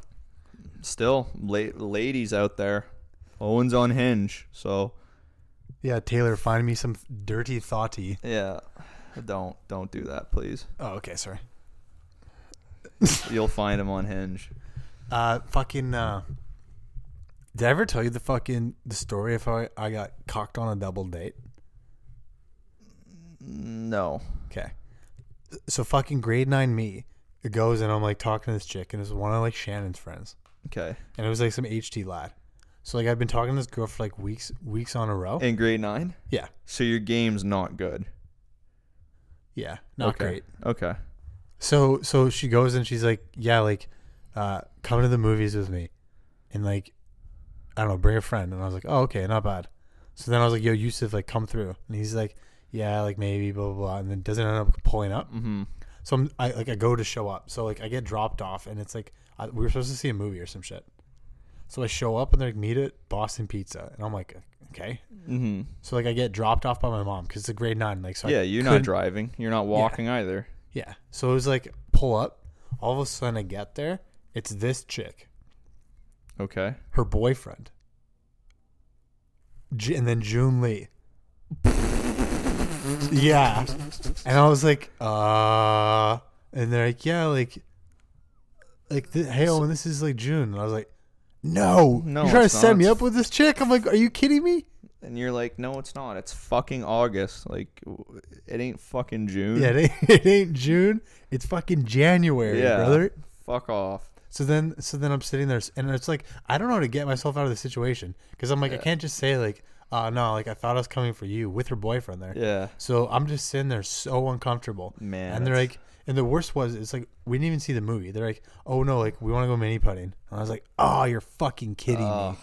A: Still, la- ladies out there, Owen's on Hinge, so
B: Yeah, Taylor, find me some dirty thoughty.
A: yeah, don't don't do that, please.
B: Oh, okay, sorry.
A: You'll find him on Hinge.
B: Uh, fucking. Uh, did I ever tell you the fucking the story of how I, I got cocked on a double date?
A: No.
B: Okay. So fucking grade nine me goes and I'm like talking to this chick and it's one of like Shannon's friends
A: Okay.
B: and it was like some HT lad. So like I've been talking to this girl for like weeks weeks on a row.
A: In grade nine,
B: yeah,
A: so your game's not good.
B: yeah, not
A: okay.
B: great.
A: Okay.
B: So so she goes and she's like, yeah, like, uh, come to the movies with me, and like, I don't know, bring a friend. And I was like, oh okay, not bad. So then I was like, yo, Yusuf, like, come through. And he's like, yeah, like maybe, blah blah blah. And then doesn't end up pulling up.
A: Mm-hmm.
B: So I'm, I like I go to show up. So like I get dropped off, and it's like I, we were supposed to see a movie or some shit. So I show up, and they're like, meet at Boston Pizza, and I'm like, okay.
A: Mm-hmm.
B: So like I get dropped off by my mom because it's a grade nine, like so. I
A: yeah, you're
B: couldn't-
A: not driving. You're not walking either.
B: Yeah. So it was like pull up. All of a sudden I get there. It's this chick,
A: Okay.
B: her boyfriend, J- and then June Lee. yeah. And I was like, uh, and they're like, yeah, like, like, th- hey, Owen, this is like June. And I was like, no,
A: No,
B: you're trying to
A: it's
B: set
A: not.
B: me up with this chick. I'm like, are you kidding me?
A: And you're like, no, it's not. It's fucking August. Like, w- it ain't fucking June.
B: Yeah, it ain't, it ain't June. It's fucking January,
A: Yeah.
B: brother.
A: Fuck off.
B: So then, so then I'm sitting there, and it's like I don't know how to get myself out of the situation because I'm like I can't just say like uh, no, like I thought I was coming for you with her boyfriend there.
A: Yeah.
B: So I'm just sitting there so uncomfortable.
A: Man,
B: And they're
A: that's-
B: like, and the worst was, it's like, we didn't even see the movie. They're like, oh no, like, we want to go mini putting. And I was like, oh, you're fucking kidding
A: Oh.
B: me.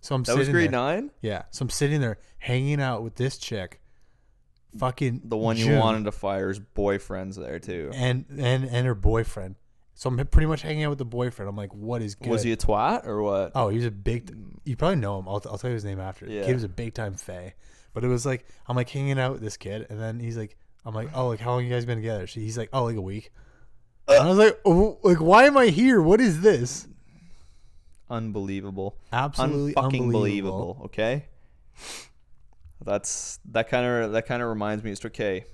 B: So I'm
A: That
B: sitting
A: was grade
B: there.
A: nine?
B: Yeah. So I'm sitting there hanging out with this chick, fucking
A: The one you
B: June,
A: wanted to fire's boyfriend's there too.
B: and, and, and her boyfriend. So I'm pretty much hanging out with the boyfriend. I'm like, what is good?
A: Was he a twat or what?
B: Oh, he was a big. you probably know him. I'll, I'll tell you his name after.
A: Yeah.
B: Kid was a big time fay. But it was like I'm like hanging out with this kid, and then he's like, I'm like, oh, like how long you guys been together? She, he's like, oh, like a week.
A: Uh.
B: and I was like, oh, like why am I here? What is this?
A: Unbelievable.
B: Absolutely
A: Unfucking
B: unbelievable.
A: believable. Okay. That's that kind of that kind of reminds me. It's okay.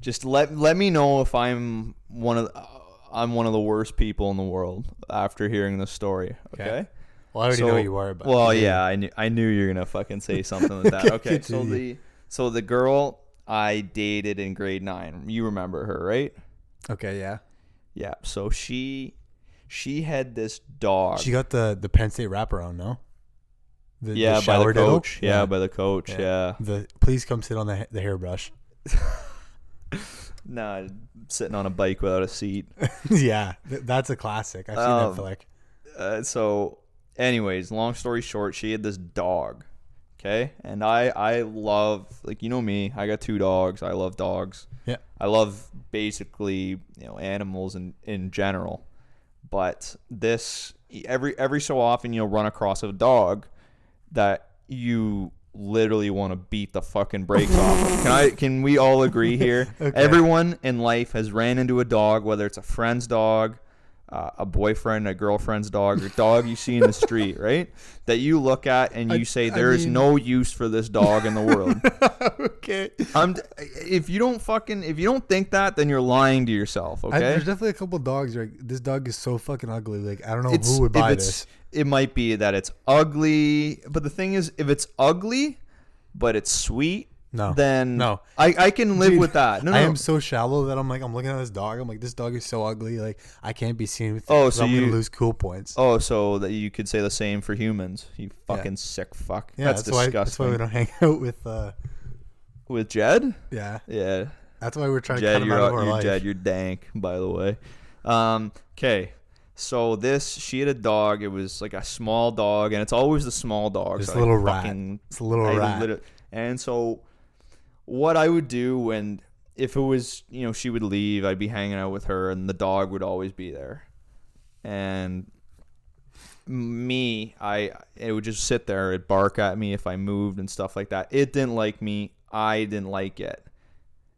A: Just let let me know if I'm one of the, I'm one of the worst people in the world after hearing this story. Okay.
B: Okay. Well, I already know
A: So-
B: who you are, but
A: well, yeah, I knew I knew you were gonna fucking say something like that. Okay, so the so the girl I dated in grade nine, you remember her, right?
B: Okay, yeah.
A: Yeah. So she she had this dog.
B: She got the the Penn State wraparound, no? The, the
A: yeah, by the
B: shower dildo?
A: coach. Yeah, by the coach. yeah.
B: The please come sit on the ha- the hairbrush.
A: Nah, sitting on a bike without a seat.
B: yeah, th- that's a classic. I've seen
A: Um,
B: that flick.
A: Uh, so, anyways, long story short, she had this dog. Okay, and I I love like you know me. I got two dogs. I love dogs.
B: Yeah.
A: I love basically you know animals in in general, but this every every so often you'll run across a dog that you literally want to beat the fucking brakes off. Of. Can I? Can we all agree here? Everyone in life has ran into a dog, whether it's a friend's dog, uh, a boyfriend, a girlfriend's dog, or dog you see in the street, right? That you look at and you say
B: I
A: there is
B: mean-
A: no use for this dog in the world.
B: okay.
A: I'm d- if you don't fucking if you don't think that, then you're lying to yourself.
B: I,
A: Okay.
B: there's definitely a couple dogs. Like this dog is so fucking ugly. Like I don't know
A: It's-
B: who would
A: if
B: buy
A: it's-
B: this.
A: It might be that it's ugly, but the thing is, if it's ugly, but it's sweet,
B: No.
A: then
B: No.
A: I, I can live
B: Dude,
A: with that. No, no,
B: I
A: no.
B: am so shallow that I'm like I'm looking at this dog. I'm like this dog is so ugly. Like I can't be seen with. It,
A: Oh,
B: 'cause
A: so
B: I'm
A: you-
B: gonna lose cool points.
A: oh, so that you could say the same for humans. You fucking sick fuck.
B: yeah,
A: that's,
B: that's, why. That's
A: disgusting.
B: why we don't hang out with. uh
A: with Jed,
B: Yeah,
A: yeah,
B: that's why we're trying to
A: Jed,
B: cut him
A: you're,
B: out
A: out-
B: of our
A: you're
B: life.
A: Jed, you're dank. By the way, um, okay. So this, she had a dog. It was like a small dog, and it's always the small dogs.
B: This
A: that I
B: little rat.
A: fucking
B: It's a little
A: I
B: rat.
A: literally- and so, what I would do when, if it was, you know, she would leave, I'd be hanging out with her, and the dog would always be there. And me, I, it would just sit there. It'd bark at me if I moved and stuff like that. It didn't like me. I didn't like it.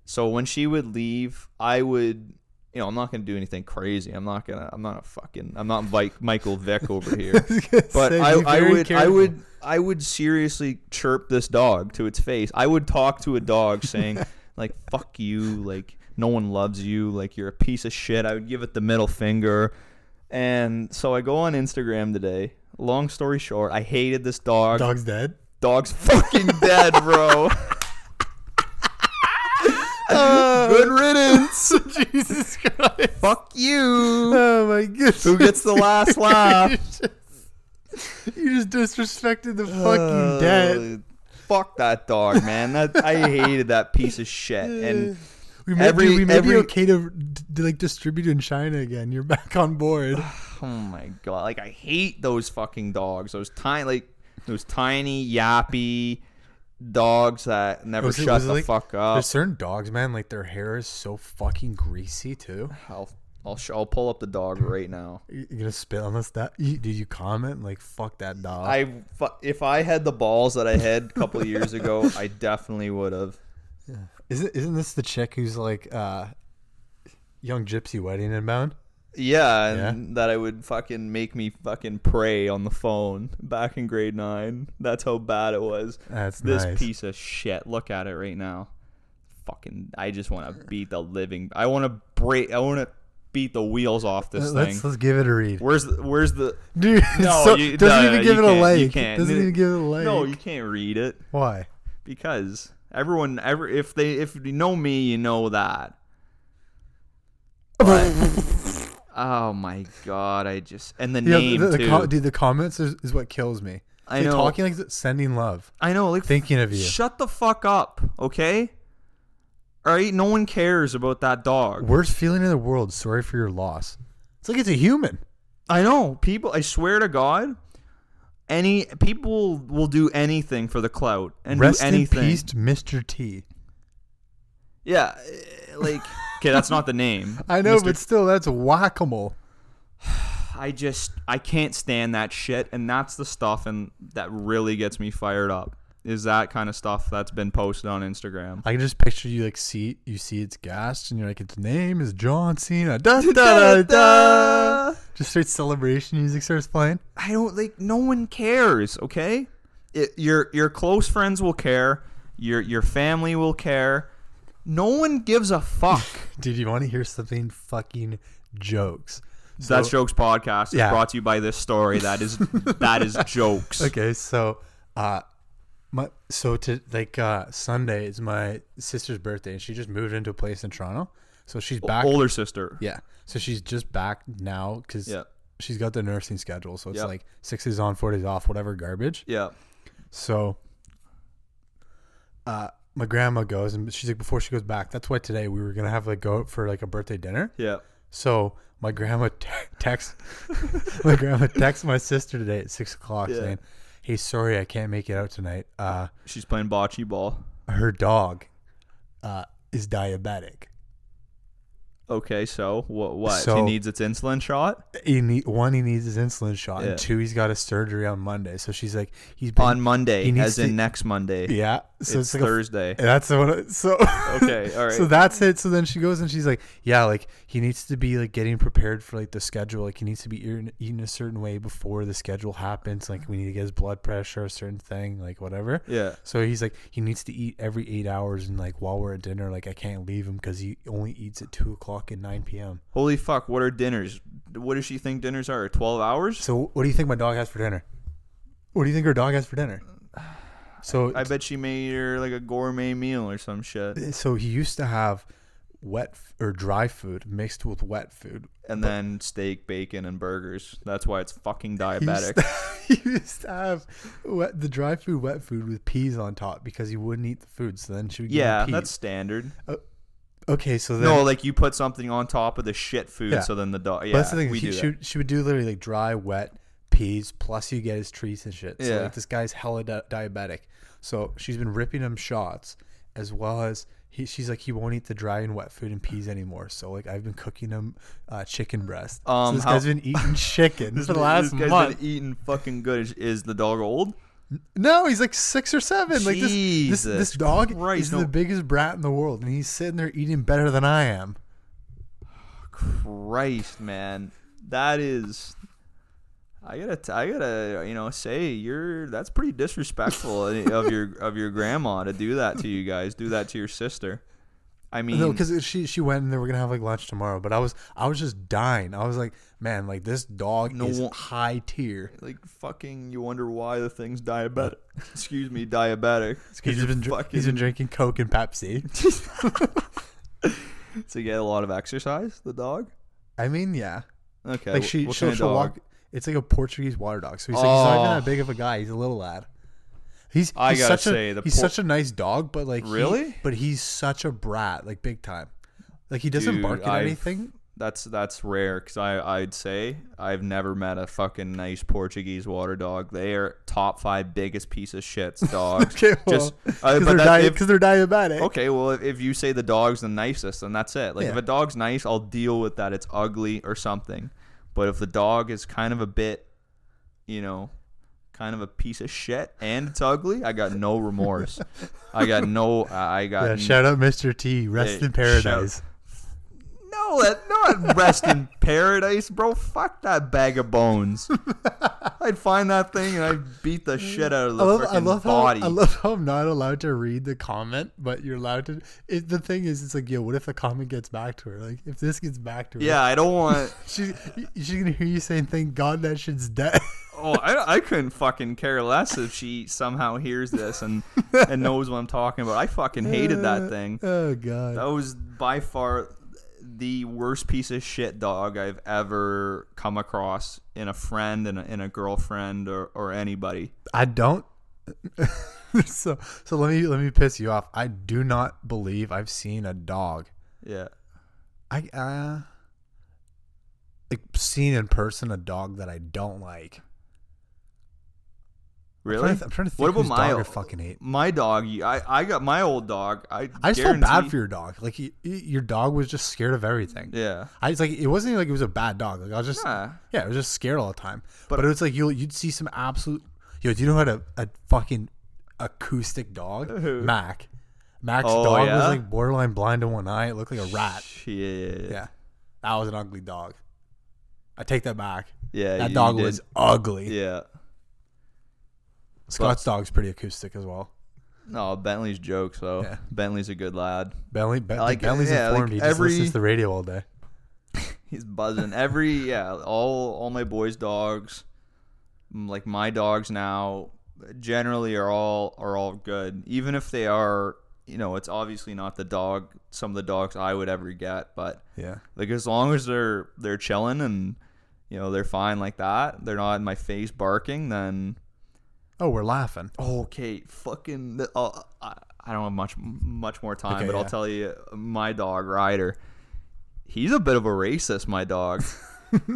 A: So when she would leave, I would. You know, I'm not gonna do anything crazy. I'm not gonna. I'm not a fucking. I'm not Mike, Michael Vick over here but
B: So
A: I,
B: be
A: I
B: very
A: would I
B: careful.
A: would I would seriously chirp this dog to its face. I would talk to a dog saying like "fuck you," like "no one loves you," like "you're a piece of shit." I would give it the middle finger, and so I go on Instagram today. Long story short, I hated this dog.
B: Dog's dead.
A: Dog's fucking dead, bro. Good riddance.
B: Jesus Christ.
A: Fuck you.
B: Oh my goodness.
A: Who gets the last laugh?
B: You just disrespected the
A: Uh,
B: fucking dead.
A: Fuck that dog, man. That I hated that piece of shit. And
B: We may,
A: Every-
B: be, we may
A: every-
B: be okay to, to like distribute in China again. You're back on board.
A: oh my god, like I hate those fucking dogs. Those tiny, like those tiny yappy dogs that never
B: Was it-
A: Oh, shut
B: was it
A: the
B: like-
A: fuck up.
B: There's certain dogs, man. Like their hair is so fucking greasy too.
A: I'll, I'll sh- I'll pull up the dog right now.
B: You- You're gonna spit on this? That you, did you comment like fuck that dog?
A: I fu- if I had the balls that I had a couple of years ago, I definitely would have.
B: isn't isn't this the chick who's like uh, young gypsy wedding inbound?
A: Yeah, and that I would fucking make me fucking pray on the phone back in grade nine. That's how bad it was.
B: That's
A: this
B: nice.
A: piece of shit. Look at it right now. Fucking, I just want to beat the living. I want to break. I want to beat the wheels off this thing.
B: Uh, Let's let's give it a read,
A: Where's the? Where's the?
B: dude. it's
A: No,
B: so-
A: you-
B: doesn't
A: no,
B: even
A: you
B: give it a
A: can't- you
B: like.
A: can't.
B: Doesn't even give it a like.
A: No, you can't read it
B: why?
A: because everyone ever if they if you know me, you know that. But, oh my god! I just and the
B: Yeah,
A: name
B: the, the
A: too.
B: co- dude, the comments is, is what kills me.
A: I
B: They're
A: know.
B: talking like th- sending love,
A: I know. Like,
B: thinking of you.
A: shut the fuck up, okay? All right, no one cares about that dog.
B: Worst feeling in the world. Sorry for your loss. It's like it's a human.
A: I know people. I swear to God, any people will do anything for the clout and
B: Rest
A: do anything.
B: in peace, to Mr. T.
A: Yeah, eh, like okay, that's not the name.
B: I know,
A: Mr.
B: but still, that's whack a mole.
A: I just I can't stand that shit, and that's the stuff and that really gets me fired up. Is that kind of stuff that's been posted on Instagram?
B: I can just picture you like see you see it's gassed, and you're like, its name is John Cena. Da, da, da, da. Just straight celebration music starts playing.
A: I don't like. No one cares. Okay, it, your your close friends will care. Your your family will care. No one gives a fuck.
B: Dude, you want to hear something fucking jokes? So-
A: That's Jokes Podcast is
B: Yeah.
A: brought to you by this story. That is that is jokes.
B: Okay, so uh my so to like uh Sunday is my sister's birthday and she just moved into a place in Toronto. So she's back
A: Oh, Older sister.
B: Yeah. So she's just back now cuz
A: Yeah.
B: she's got the nursing schedule. So it's
A: Yep.
B: like 6 days on, 4 days off, whatever garbage.
A: Yeah.
B: So uh my grandma goes and she's like before she goes back. That's why today we were going to have like go out for like a birthday dinner.
A: Yeah.
B: So my grandma te- texts my grandma texts my sister today at six o'clock
A: Yeah.
B: saying, "Hey, sorry I can't make it out tonight. Uh,
A: She's playing bocce ball.
B: her dog uh, is diabetic.
A: Okay, so what? What? he
B: So-
A: needs its insulin shot
B: He need, one, he needs his insulin shot,
A: Yeah.
B: and two, he's got a surgery on Monday. So she's like, he's been
A: on Monday,
B: he needs
A: as in
B: to-
A: next Monday.
B: yeah. So
A: it's
B: it's, like a
A: Thursday.
B: And that's the one. So
A: Okay, all right.
B: So that's it. So then she goes and she's like, "Yeah, like he needs to be like getting prepared for like the schedule. Like he needs to be eating, eating a certain way before the schedule happens. Like we need to get his blood pressure a certain thing, like whatever."
A: yeah.
B: So he's like, he needs to eat every eight hours, and like while we're at dinner, like I can't leave him because he only eats at two o'clock and nine p.m.
A: Holy fuck! What are dinners? What does she think dinners are? Twelve hours?
B: So what do you think my dog has for dinner? What do you think her dog has for dinner? So
A: I bet she made her like a gourmet meal or some shit,
B: so he used to have wet f- or dry food mixed with wet food
A: and then steak, bacon, and burgers. That's why it's fucking diabetic.
B: He used to, he used to have wet, the dry food, wet food with peas on top because he wouldn't eat the food. So then she would give
A: yeah,
B: him peas.
A: that's standard.
B: okay. So then,
A: No, like you put something on top of the shit food,
B: Yeah.
A: so then the dog. Yeah,
B: but that's the thing.
A: we
B: She,
A: do
B: she,
A: that.
B: would- she would do literally like dry, wet peas. Plus, you get his treats and shit. So
A: Yeah.
B: like this guy's hella di- diabetic. So she's been ripping him shots as well as. He, she's like he won't eat the dry and wet food and peas anymore. So like I've been cooking him uh, chicken breast.
A: Um,
B: so this
A: how-
B: guy's been eating chicken for the
A: This
B: last
A: guy's
B: month.
A: been eating fucking good. Is, is the dog old?
B: No, he's like six or seven. Like this, this,
A: Jesus
B: this dog
A: Christ,
B: is
A: no.
B: the biggest brat in the world, and he's sitting there eating better than I am.
A: Christ, man, that is. I gotta, t- I gotta, you know, say you're that's pretty disrespectful of your of your grandma to do that to you guys, do that to your sister. I mean,
B: No, because she she went and they were gonna have like lunch tomorrow, but I was I was just dying. I was like, man, like this dog
A: No
B: is
A: one-
B: high tier.
A: like fucking, you wonder why the thing's diabetic. Excuse me, diabetic.
B: He's been dr- he's been drinking Coke and Pepsi.
A: to get a lot of exercise. The dog.
B: I mean, yeah,
A: Okay,
B: like
A: wh-
B: she
A: what
B: she'll,
A: kind of
B: she'll
A: dog?
B: walk. It's like a Portuguese water dog, so he's like he's not even
A: Oh.
B: that big of a guy. He's a little lad. He's,
A: I
B: he's
A: gotta
B: such a,
A: say, the
B: he's
A: Por-
B: such a nice dog, but like he-
A: Really?
B: but he's such a brat, like big time. Like he doesn't
A: Dude,
B: bark at
A: I've-
B: anything.
A: That's that's rare because I I'd say I've never met a fucking nice Portuguese water dog. They are top five biggest piece of shits dogs.
B: Okay, well,
A: Just- uh,
B: because
A: but
B: they're,
A: that-
B: di-
A: if-
B: 'cause they're diabetic.
A: okay, well if, if you say the dog's the nicest, then that's it. Like if
B: Yeah.
A: a dog's nice, I'll deal with that. It's ugly or something. But if the dog is kind of a bit, you know, kind of a piece of shit and it's ugly, I got no remorse. I got no. I I got
B: Yeah,
A: n-
B: shout out Mr. T, rest
A: Hey,
B: in paradise.
A: No, that not rest in paradise, bro. Fuck that bag of bones. I'd find that thing and I'd beat the shit out of
B: I
A: the
B: love,
A: freaking
B: I love how
A: body.
B: I love how I'm not allowed to read the comment, but you're allowed to. It, the thing is, it's like, yo, what if the comment gets back to her? Like, if this gets back to her,
A: yeah, I don't want.
B: she she's gonna hear you saying, "Thank God that shit's dead."
A: Oh, I, I couldn't fucking care less if she somehow hears this and
B: Uh,
A: and knows what I'm talking about. I fucking hated that thing.
B: oh God,
A: That was by far the worst piece of shit dog I've ever come across in a friend and a, in a girlfriend or, or anybody.
B: I don't. so so let me let me piss you off. I do not believe I've seen a dog.
A: Yeah.
B: I uh like seen in person a dog that I don't like. I'm
A: Really?
B: trying to, I'm trying to think
A: What about
B: whose
A: my
B: dog I
A: o-
B: fucking hate.
A: My dog, I, I got my old dog. I,
B: I just feel bad
A: guarantee-
B: for your dog. Like y y- your dog was just scared of everything.
A: Yeah.
B: I just like it wasn't like it was a bad dog. Like I was just
A: Nah.
B: yeah, I was just scared all the time.
A: But-
B: But, it was like you you'd see some absolute yo. Do you know how to a fucking acoustic dog
A: Who?
B: Mac? Mac's
A: Oh,
B: dog
A: yeah?
B: was like borderline blind in one eye. It looked like a rat.
A: Shit.
B: Yeah, that was an ugly dog. I take that back.
A: Yeah.
B: That
A: you
B: dog
A: did.
B: was ugly.
A: Yeah.
B: Scott's dog's pretty acoustic as well.
A: No, Bentley's joke. So
B: Yeah.
A: Bentley's a good lad.
B: Bentley, ben,
A: Like,
B: Bentley's
A: yeah, like
B: informed. he just
A: every-
B: listens to the radio all day.
A: He's buzzing. Every yeah, all all my boys' dogs, m- like my dogs now, generally are all are all good. Even if they are, you know, it's obviously not the dog. Some of the dogs I would ever get, but
B: Yeah,
A: like as long as they're they're chilling and you know they're fine like that, they're not in my face barking. Then
B: Oh, we're laughing.
A: okay, fucking. th- Oh, I, I don't have much much more time,
B: Okay,
A: but I'll
B: yeah.
A: tell you, my dog Ryder, he's a bit of a racist. My dog.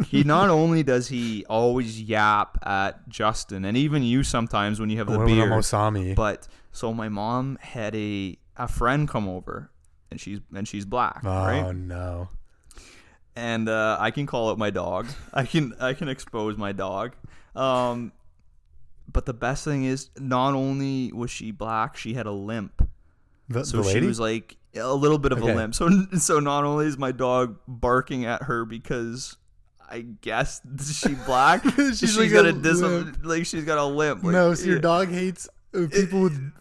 A: he not only does he always yap at Justin and even you sometimes when you have the
B: When we
A: beard,
B: almost saw me.
A: but so my mom had a a friend come over, and she's and she's black,
B: oh
A: right?
B: no.
A: and uh, I can call out my dog. I can I can expose my dog. Um, but the best thing is, not only was she black, she had a limp.
B: The,
A: So
B: the
A: she
B: lady.
A: was like a little bit of
B: Okay.
A: a limp. So so not only is my dog barking at her because I guess she black,
B: She's
A: she's,
B: like
A: got
B: a
A: a dis-
B: limp.
A: like she's got a limp. Like,
B: no, so your
A: yeah.
B: dog hates uh, people with.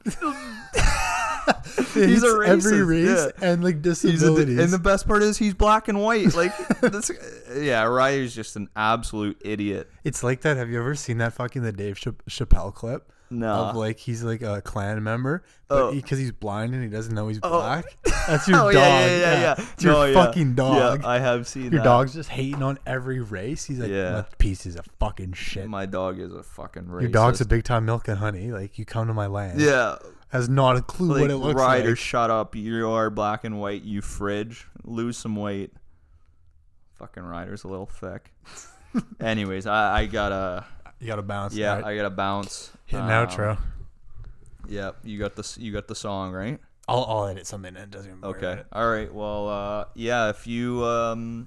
A: He's
B: He's
A: a
B: every
A: racist,
B: race and like
A: He's a,
B: disabilities.
A: and the best part is he's black and white. Like that's yeah, Ryder's just an absolute idiot.
B: it's like that. Have you ever seen that fucking the Dave Chap- Chappelle clip?
A: No.
B: Of like he's like a clan member,
A: Oh.
B: but because he's blind and he doesn't know he's black. That's your
A: oh,
B: dog.
A: Yeah, yeah, yeah. yeah.
B: It's your
A: No, yeah.
B: fucking dog.
A: Yeah, I have seen
B: your
A: that.
B: dog's just hating on every race. He's like,
A: Yeah.
B: yeah. pieces of fucking shit.
A: My dog is a fucking racist.
B: Your dog's a big time milk and honey. Like you come to my land.
A: yeah.
B: Has not a clue
A: Like,
B: what it looks
A: Ryder,
B: like.
A: shut up. You are black and white. You fridge. Lose some weight. Fucking Ryder's a little thick. Anyways, I, I gotta
B: You gotta bounce.
A: yeah,
B: Alright,
A: I gotta bounce.
B: hit an
A: Um,
B: outro.
A: Yeah, you got this. You got the song right.
B: I'll, I'll edit something in. It doesn't even worry about
A: Okay.
B: it.
A: All right. Well, uh, yeah. If you um,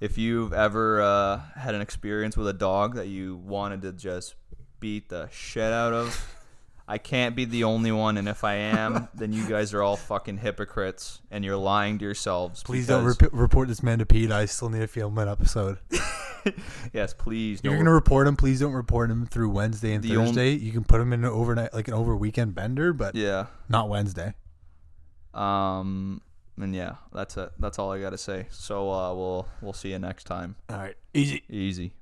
A: if you've ever uh, had an experience with a dog that you wanted to just beat the shit out of, I can't be the only one. And if I am, then you guys are all fucking hypocrites and you're lying to yourselves.
B: Please don't
A: because-
B: rep- report this man to Pete. I still need to film an episode. If
A: yes, please.
B: you're
A: don't
B: gonna report him, please don't report him through Wednesday and
A: The only-
B: Thursday. you can put him in an overnight, like an over weekend bender, but
A: Yeah.
B: not Wednesday.
A: Um. And yeah, that's it. That's all I gotta say. So uh, we'll we'll see you next time.
B: All right, easy.
A: Easy.